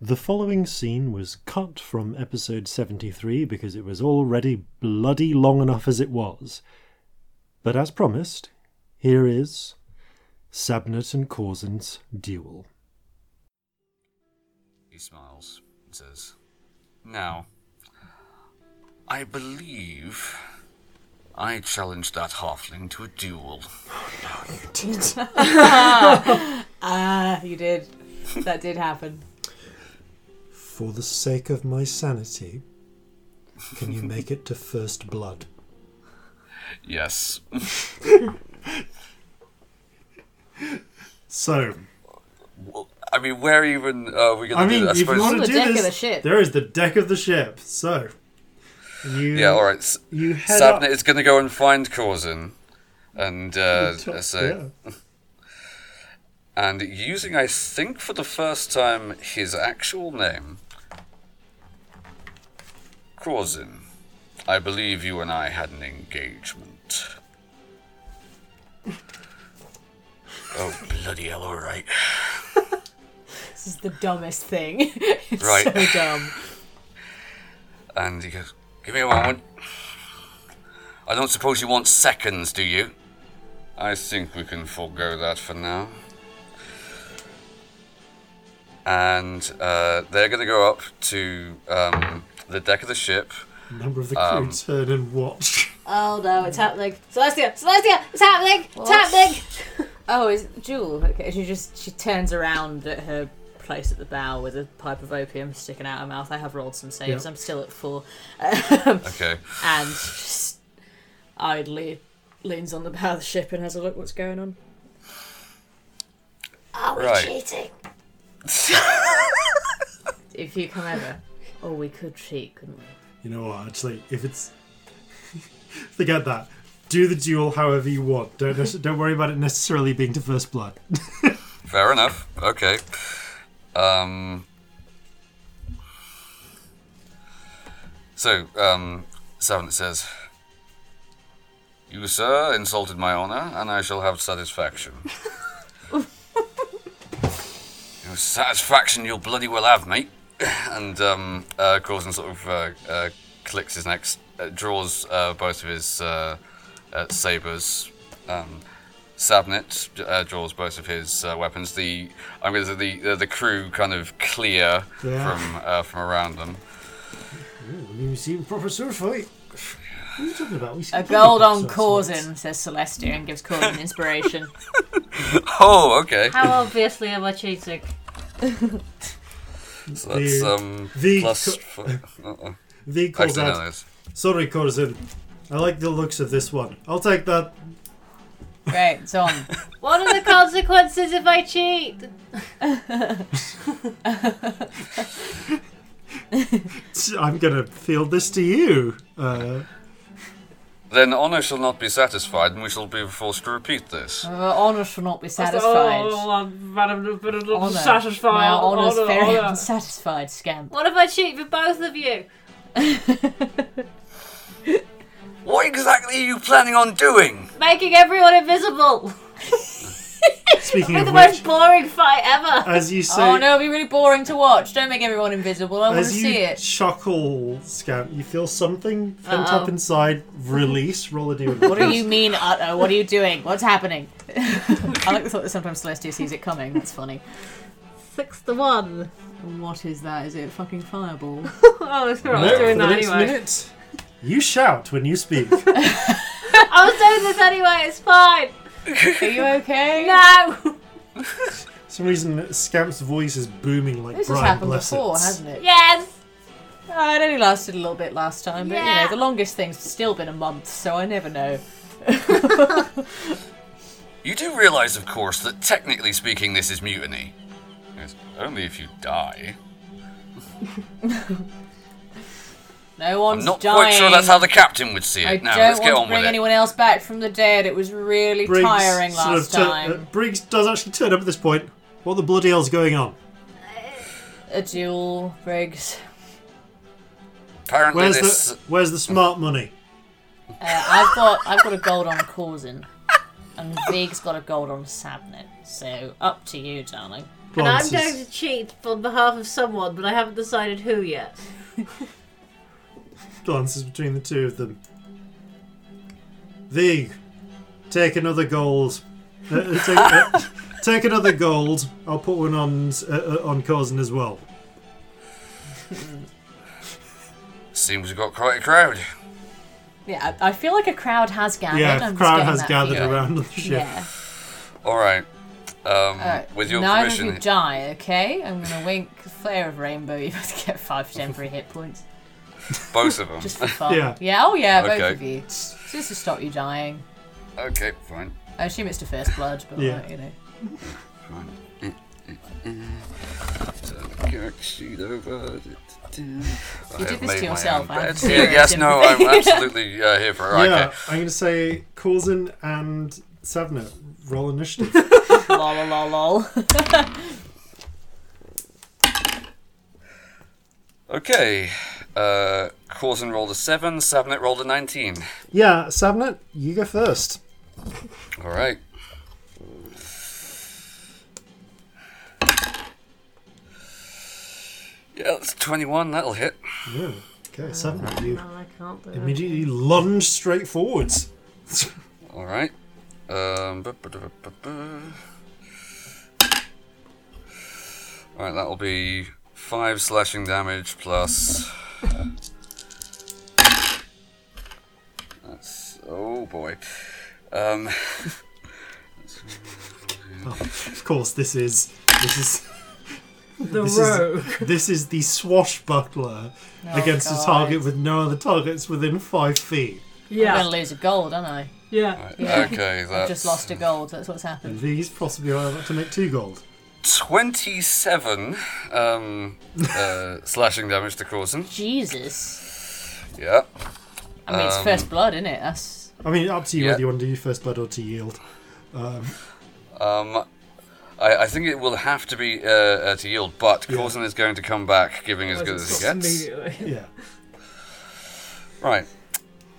The following scene was cut from episode 73 because it was already bloody long enough as it was. But as promised, here is Sabnet and Corzin's duel. He smiles and says, Now, I believe I challenged that halfling to a duel. Ah, you did. That did happen. For the sake of my sanity, can you make it to first blood? Yes. So, Well, I mean, where even are we going to I do mean, that? I if you want On to the do deck of this, the ship. there is the deck of the ship. So, you Yeah, all right. S- you head Sabnet up. is going to go and find Corzin, and uh, to- say, yeah. and using, I think, for the first time, his actual name, Corzin. I believe you and I had an engagement. oh bloody hell! All right. This is the dumbest thing. it's Right. so dumb. And he goes, Give me a moment. I don't suppose you want seconds, do you? I think we can forego that for now. And uh, they're going to go up to um, the deck of the ship. Um, A Number of the crew turn and watch. Oh no, it's happening. Celestia, Celestia, it's happening. It's happening. oh, is Jewel? Okay, she just she turns around at her place at the bow with a pipe of opium sticking out her mouth. I have rolled some saves. Yeah. I'm still at four, Okay. and just idly leans on the bow of the ship and has a look what's going on. right. If you come over, oh, we could cheat, couldn't we? You know what? Actually, if it's forget that. Do the duel however you want. Don't nece- don't worry about it necessarily being to first blood. Fair enough. Okay. Um. So, um, Savant says, You, sir, insulted my honor, and I shall have satisfaction. Your satisfaction you'll bloody well have, mate. And, um, uh, Corson sort of, uh, uh, clicks his neck, uh, draws, uh, both of his, uh, uh, sabers, um, Sabnet uh, draws both of his uh, weapons. The I'm going to say the uh, the crew kind of clear Yeah. from uh, from around them. We've seen proper sword fight. What are you talking about? A gold on Corzin, says Celestia, and gives Corzin inspiration. Oh, okay. How obviously am I cheating? So that's The- um the plus. co- f- uh-uh. The calls Actually, no, out. there's- Sorry, Corzin. I like the looks of this one. I'll take that. Great, it's on. What are the consequences if I cheat? I'm gonna field this to you. Uh, Then honor shall not be satisfied, and we shall be forced to repeat this. However, honour shall not be satisfied. Oh, I'm, madam, but I'm not Honour. satisfied. Now honour's Honour, very honour. unsatisfied, scamp. What if I cheat for both of you? What exactly are you planning on doing? Making everyone invisible! speaking With of the which, most boring fight ever! as you say, oh no, it'll be really boring to watch. Don't make everyone invisible. I want to as see you it. chuckle, Scout, you feel something pent up inside. Release. Roll a d What do you mean, Otto? What are you doing? What's happening? I like the thought that sometimes Celestia sees it coming. That's funny. Six to one. What is that? Is it fucking fireball? Oh, that's right, No, I was doing for the that next anyway. minute, you shout when you speak. I was doing this anyway, it's fine! Are you okay? No! For some reason, Scamp's voice is booming like This has Brian happened Blessed. before, hasn't it? Yes! Uh, it only lasted a little bit last time, but you Yeah. know, the longest thing's still been a month, so I never know. You do realize, of course, that technically speaking, this is mutiny. Yes, only if you die. No one's I'm not dying. quite sure that's how the captain would see it. I now, don't let's want get on to bring with it. anyone else back from the dead. It was really Briggs tiring sort of last tu- uh, time. Briggs does actually turn up at this point. What the bloody hell's going on? A duel, Briggs. Apparently, Where's this. the Where's the smart money? Uh, I've got I've got a gold on Corzin, and Vig's got a gold on Sabnet. So up to you, darling. And I'm glances. going to cheat on behalf of someone, but I haven't decided who yet. glances between the two of them. Vig, take another gold. Uh, uh, take, uh, take another gold. I'll put one on s- uh, uh, on Corzin as well. Seems we've got quite a crowd. Yeah, I I feel like a crowd has gathered. I'm yeah, just crowd getting has that gathered feeling. around on the ship. feeling. Yeah. All right. Um, Alright, With your neither of permission, you die, okay? I'm gonna wink flare of rainbow. You both get five temporary hit points both of them. just for fun. Yeah. Oh yeah, Okay. both of you. Just to stop you dying. Okay, fine. I assume it's to first blood, but Yeah. like, you know. Fine. Eh, eh, eh. So, character sheet over. You I did have this made to my yourself, own Adam. beds. Zero Yeah, yes, no, I'm sympathy. absolutely uh, here for it. Right, Yeah, okay. I'm going to say Corzin and Savna roll initiative. lol lol lol. Okay. Uh, Corson rolled a 7, Savnet rolled a 19. yeah, Savna, you go first. All right. Yeah, that's 21, that'll hit. Yeah. Okay, Savna, you No, Oh, I can't do it. immediately lunge straight forwards. All right. Um, bu- bu- bu- bu- bu- All right, that'll be five slashing damage plus. That's oh boy. Um, Of course, this is this is The This is- rogue. this is the swashbuckler Oh, against God. a target with no other targets within five feet. Yeah. I'm gonna lose a gold, aren't I? yeah. Yeah. okay, I've that's Mm. just lost a gold. That's what's happened. These possibly are about to make two gold. twenty-seven um, uh, slashing damage to Corson. Jesus. Yeah. I mean, it's Um, first blood, isn't it? That's I mean, up to you Yeah. whether you want to do first blood or to yield. Um, Um, I, I think it will have to be uh, uh, to yield, but Yeah. Corson is going to come back, giving as good as Just he gets. Immediately. yeah. Right.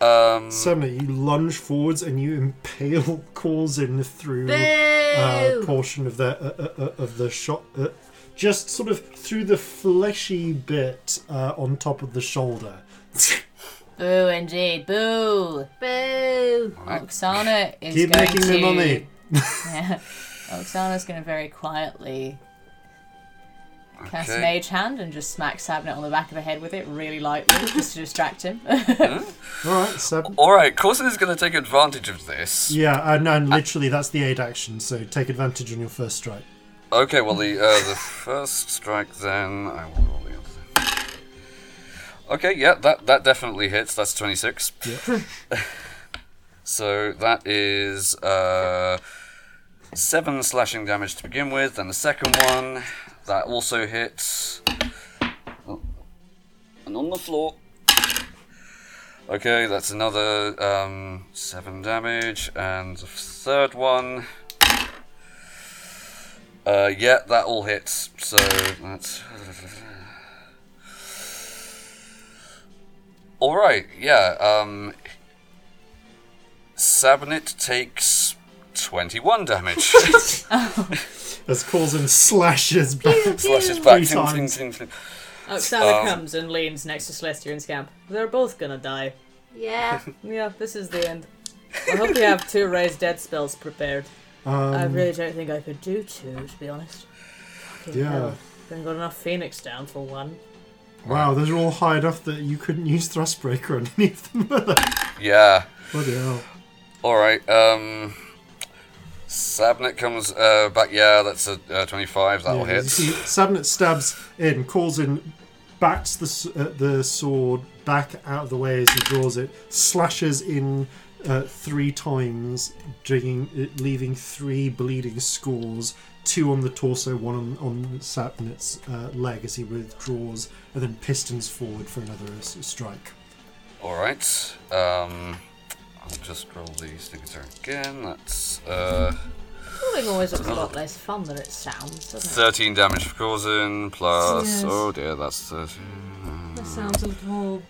Um, Suddenly, you lunge forwards and you impale Corzin through uh, Boo! portion of the uh, uh, uh, of the shot, uh, just sort of through the fleshy bit uh, on top of the shoulder. boo indeed. Boo. Boo! Oksana is Keep going making to... me money. Yeah. Oksana's going to very quietly cast Okay. Mage Hand and just smack Sabnet on the back of the head with it really lightly just to distract him. All right, seven. All right, Corson is going to take advantage of this. Yeah, and, and literally that's the aid action. So take advantage on your first strike. Okay, well the uh, the first strike then I will roll the other. Okay, yeah, that that definitely hits. That's twenty six. so that is uh, seven slashing damage to begin with, and the second one that also hits. Oh, And on the floor. Okay, that's another um, seven damage, and the third one. Uh, yeah, that all hits. So that's all right. Yeah. Um, Sabinit takes twenty-one damage. As Corzin slashes back. Slashes back. Three Ting, ting, times. ting, ting. Oksana Um, Oh, comes and leans next to Celestia and Scamp. They're both going to die. Yeah. Yeah, this is the end. I hope you have two raised dead spells prepared. I Um, really don't think I could do two, to be honest. Fucking Yeah. hell. Haven't got enough Phoenix down for one. wow, those are all high enough that you couldn't use Thrustbreaker on any of them. Yeah. Bloody hell. All right. Um, Sabinit comes uh, back. Yeah, that's a uh, twenty-five. That will Yeah, you hit. see, Sabnet stabs in, calls in, bats the s- uh, the sword back out of the way as he draws it, slashes in uh, three times, digging, uh, leaving three bleeding scores, two on the torso, one on, on Sabnet's uh, leg as he withdraws, and then pistons forward for another s- strike. All right. Um, I'll just roll the signature again. That's uh, Rolling always looks a lot less fun than it sounds, doesn't it? thirteen damage for causing. Plus, Yes. oh dear, that's thirteen. That sounds a little more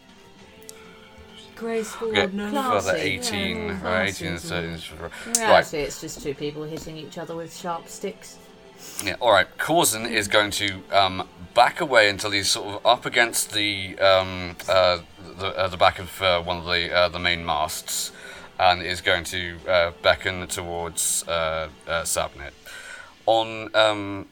graceful. Okay, no. Classy, further 18, yeah, right, classy, 18 isn't so- it? In Right, reality, it's just two people hitting each other with sharp sticks. Yeah, all right. Corzin is going to um, back away until he's sort of up against the um, uh, the, uh, the back of uh, one of the uh, the main masts, and is going to uh, beckon towards uh, uh, Sabnit. On um,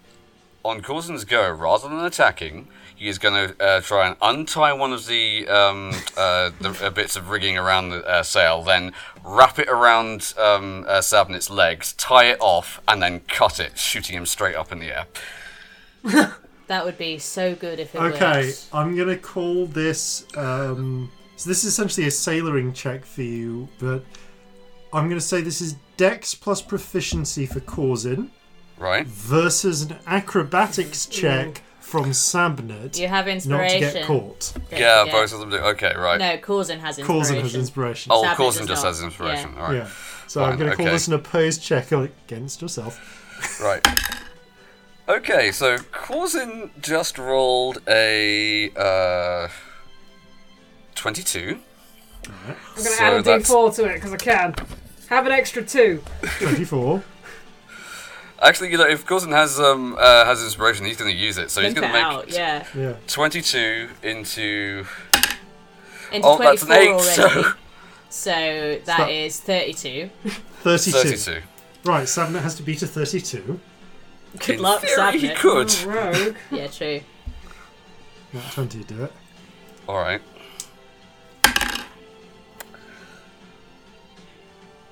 on Corzin's go, rather than attacking, he is going to uh, try and untie one of the um, uh, the uh, bits of rigging around the uh, sail, then wrap it around um, uh, Sabnit's legs, tie it off, and then cut it, shooting him straight up in the air. That would be so good if it Okay, worked. I'm gonna call this. Um, so this is essentially a sailoring check for you, but I'm gonna say this is Dex plus proficiency for Corzin Right? versus an acrobatics check from Sabnet. You not have to inspiration. get caught. Yeah, both of them do. Okay, right. No, Corzin has inspiration. Corzin has inspiration. oh, Sabnit Corzin does just not. has inspiration. All right. yeah. So I'm Fine, gonna call okay. this an opposed check against yourself. Right. Okay, so Corzin just rolled a uh, 22. I'm gonna So add a Oh, that's- D4 to it because I can. Have an extra two. Twenty-four. Actually, you know, if Corzin has um uh, has inspiration, he's going to use it. So he's Pimp going it to make out, yeah. yeah. 22 into. Into Oh, 24 that's an eight. already. So So Stop. that is 32. Thirty-two. 32. Right, Sabnet has to beat a thirty-two. Good In luck, theory, he Sabnit. could. Rogue. Yeah, true. Not twenty to do it. All right.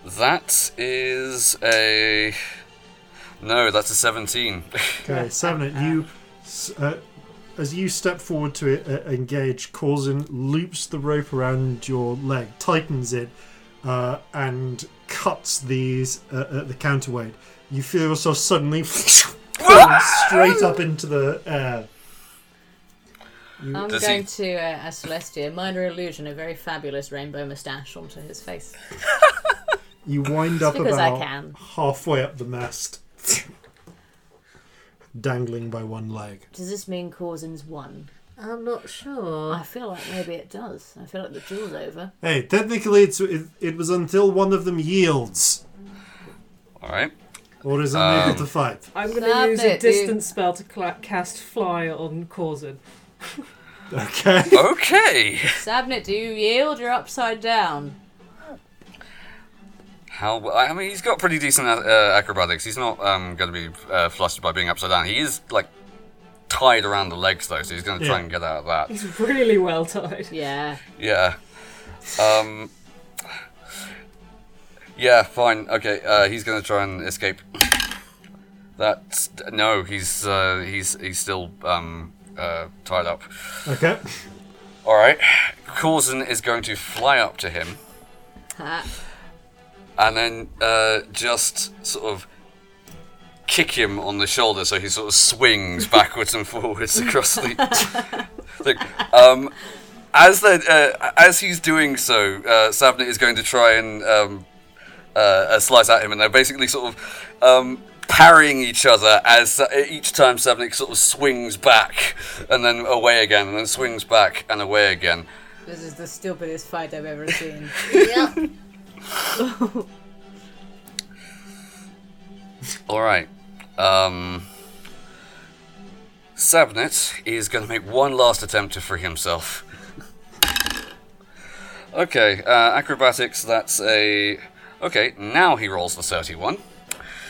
That is a. No, that's a 17. Okay, Savnet, you, s- uh, as you step forward to it, uh, engage, Corzin loops the rope around your leg, tightens it, uh, and cuts these uh, uh, the counterweight. You feel yourself suddenly falling straight up into the air. I'm Mm. Does going he- to, uh, as Celestia, minor illusion, a very fabulous rainbow moustache onto his face. You wind up because I about can. halfway up the mast, dangling by one leg. Does this mean Corzin's won? I'm not sure. I feel like maybe it does. I feel like the duel's over. Hey, technically, it's, it, it was until one of them yields All right. or is unable to fight. I'm gonna Stop use a it, dude. distance spell to cla cast fly on Corzin. Okay. Okay. Sabnit, do you yield? You're upside down. How I mean, he's got pretty decent uh, acrobatics. He's not um, going to be uh, flustered by being upside down. He is like tied around the legs though, so he's going to try Yeah. and get out of that. He's really well tied. Yeah. Yeah. Um. Yeah. Fine. Okay. Uh, he's going to try and escape. That's no. He's uh, he's he's still um, uh, tied up. Okay. All right. Corzin is going to fly up to him. Ha. and then uh, just sort of kick him on the shoulder so he sort of swings backwards and forwards across the. Look, um, as they uh, as he's doing so, uh, Sabnit is going to try and um, uh, uh, slice at him, and they're basically sort of um, parrying each other as uh, each time Sabnit sort of swings back and then away again, and then swings back and away again. This is the stupidest fight I've ever seen. All right. Um, Sabnet is going to make one last attempt to free himself. Okay, uh, acrobatics. That's a okay. Now he rolls the thirty-one.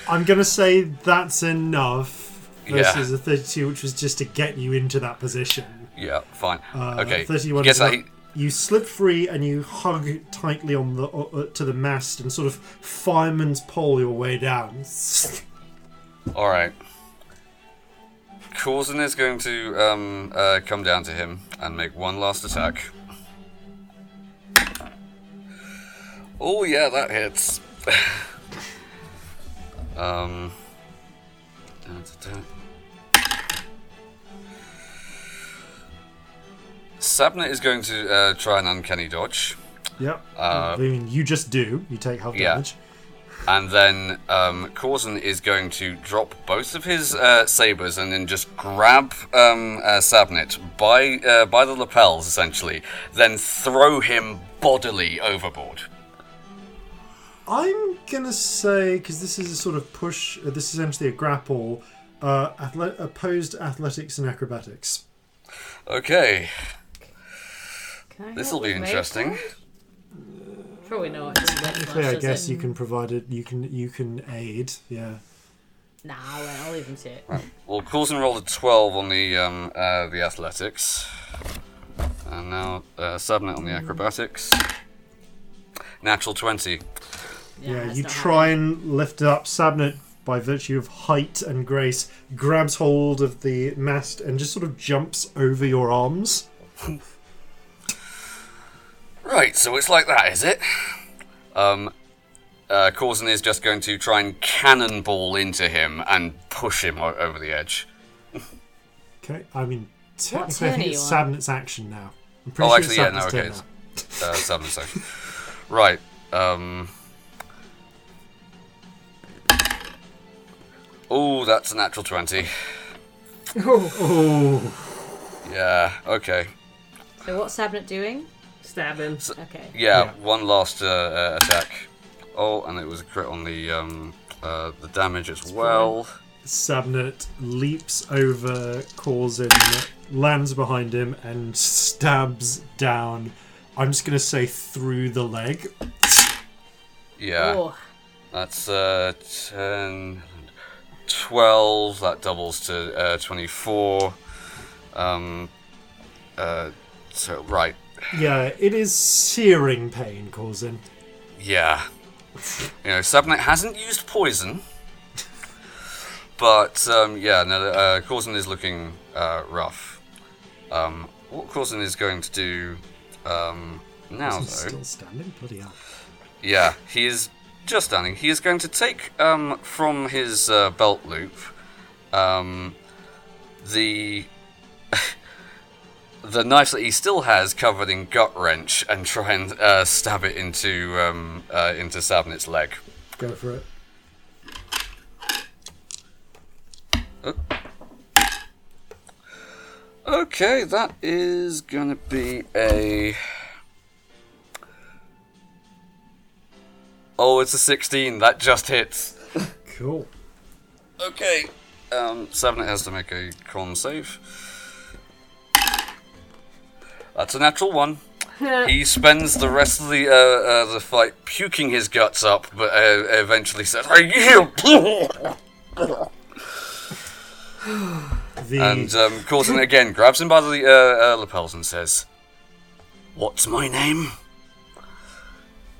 I'm going to say that's enough versus Yeah. a 32, which was just to get you into that position. Yeah, fine. Uh, okay, 31 Guess is not- that he- You slip free and you hug tightly on the uh, uh, to the mast and sort of fireman's pole your way down. All right. Corzin is going to um, uh, come down to him and make one last attack. Oh yeah, that hits. um. dun, dun, dun. Sabna is going to uh, try an uncanny dodge, Yep. I mean, you just do. You take half yeah. damage. and then um, Corzin is going to drop both of his uh, sabers and then just grab um, uh, Sabnit by uh, by the lapels, essentially, then throw him bodily overboard. I'm going to say, because this is a sort of push, uh, this is essentially a grapple, Uh, athle- opposed athletics and acrobatics. Okay, Can I this will help be with mage? interesting. Probably not. Technically, I guess you can provide it. You can you can aid. Yeah. Nah, I won't. I'll leave him to it. Well, Coulson rolled a 12 on the um, uh, the athletics, and now uh, Subnet on the acrobatics. Natural 20. Nah, Yeah, it's you not try and lift it up. Sabnet, by virtue of height and grace, grabs hold of the mast and just sort of jumps over your arms. Right, so it's like that, is it? Um, uh, Coulson is just going to try and cannonball into him and push him o- over the edge. Okay, I mean, technically, I turn think are it's you on? Sabnet's action now. I'm Oh, pretty actually, sure yeah, it's Sabnet's no, turn okay. it's- Uh, Subnet's action. Right, um. Oh, that's a natural 20. Oh, now. Yeah, okay. happening. So what's Sabnet doing? stab him. Okay. Yeah, Yeah. one last uh, uh, attack. Oh, and it was a crit on the um, uh, the damage as well. Sabnet leaps over Corzin, lands behind him, and stabs down. I'm just going to say through the leg. Yeah, Oh, that's uh, 10, 12. That doubles to uh, 24. Um, uh, so, right. Yeah, it is searing pain, Corzin. Yeah. You know, Subnet hasn't used poison. But, um, yeah, no, uh, Corzin is looking uh, rough. Um, what Corzin is going to do um, now, though. He's still standing? Bloody hell. Yeah, he is just standing. He is going to take um, from his uh, belt loop um, the the knife that he still has covered in gut wrench and try and uh, stab it into um, uh, into Sabnet's leg. Go for it. Okay, that is gonna be a. Oh, it's a 16. That just hits. Cool. Okay. Um, Sabnet has to make a con save. That's a natural one. he spends the rest of the uh, uh, the fight puking his guts up, but uh, eventually says, "I yield." The, and um, Coulson again grabs him by the uh, uh, lapels and says, "What's my name?"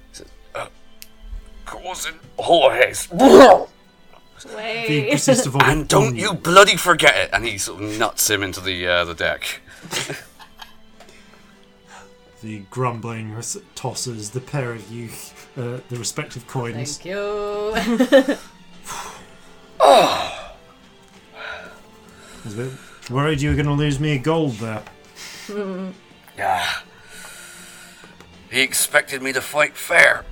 He says, uh, Coulson Jorge. the Wait. greatest of all- And don't you bloody forget it! And he sort of nuts him into the uh, the deck. The grumbling res- tosses the pair of you uh, the respective coins. thank you. I was a bit worried you were going to lose me a gold there. Yeah. He expected me to fight fair.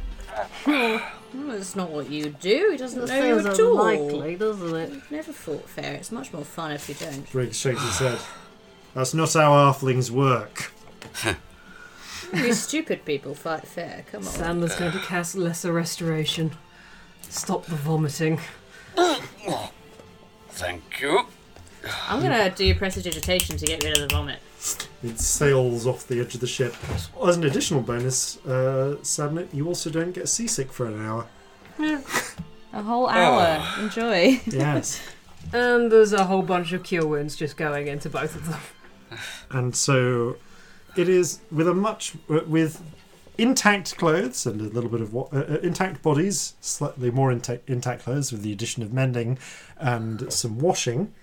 That's not what you do. He doesn't know you Feels at all. unlikely, doesn't it? Never fought fair. It's much more fun if you don't. Drake shakes his head. That's not how halflings work. You stupid people fight fair. Come on. Sandler's going to cast Lesser Restoration. Stop the vomiting. Thank you. I'm gonna do prestidigitation to get rid of the vomit. It sails off the edge of the ship. As an additional bonus, uh, Sabnet, you also don't get seasick for an hour. A whole hour. Enjoy. Yes. And there's a whole bunch of cure wounds just going into both of them. and so it is with a much with intact clothes and a little bit of wa- uh, uh, intact bodies slightly more intact intact clothes with the addition of mending and some washing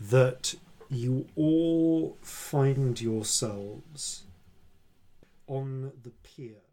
that you all find yourselves on the pier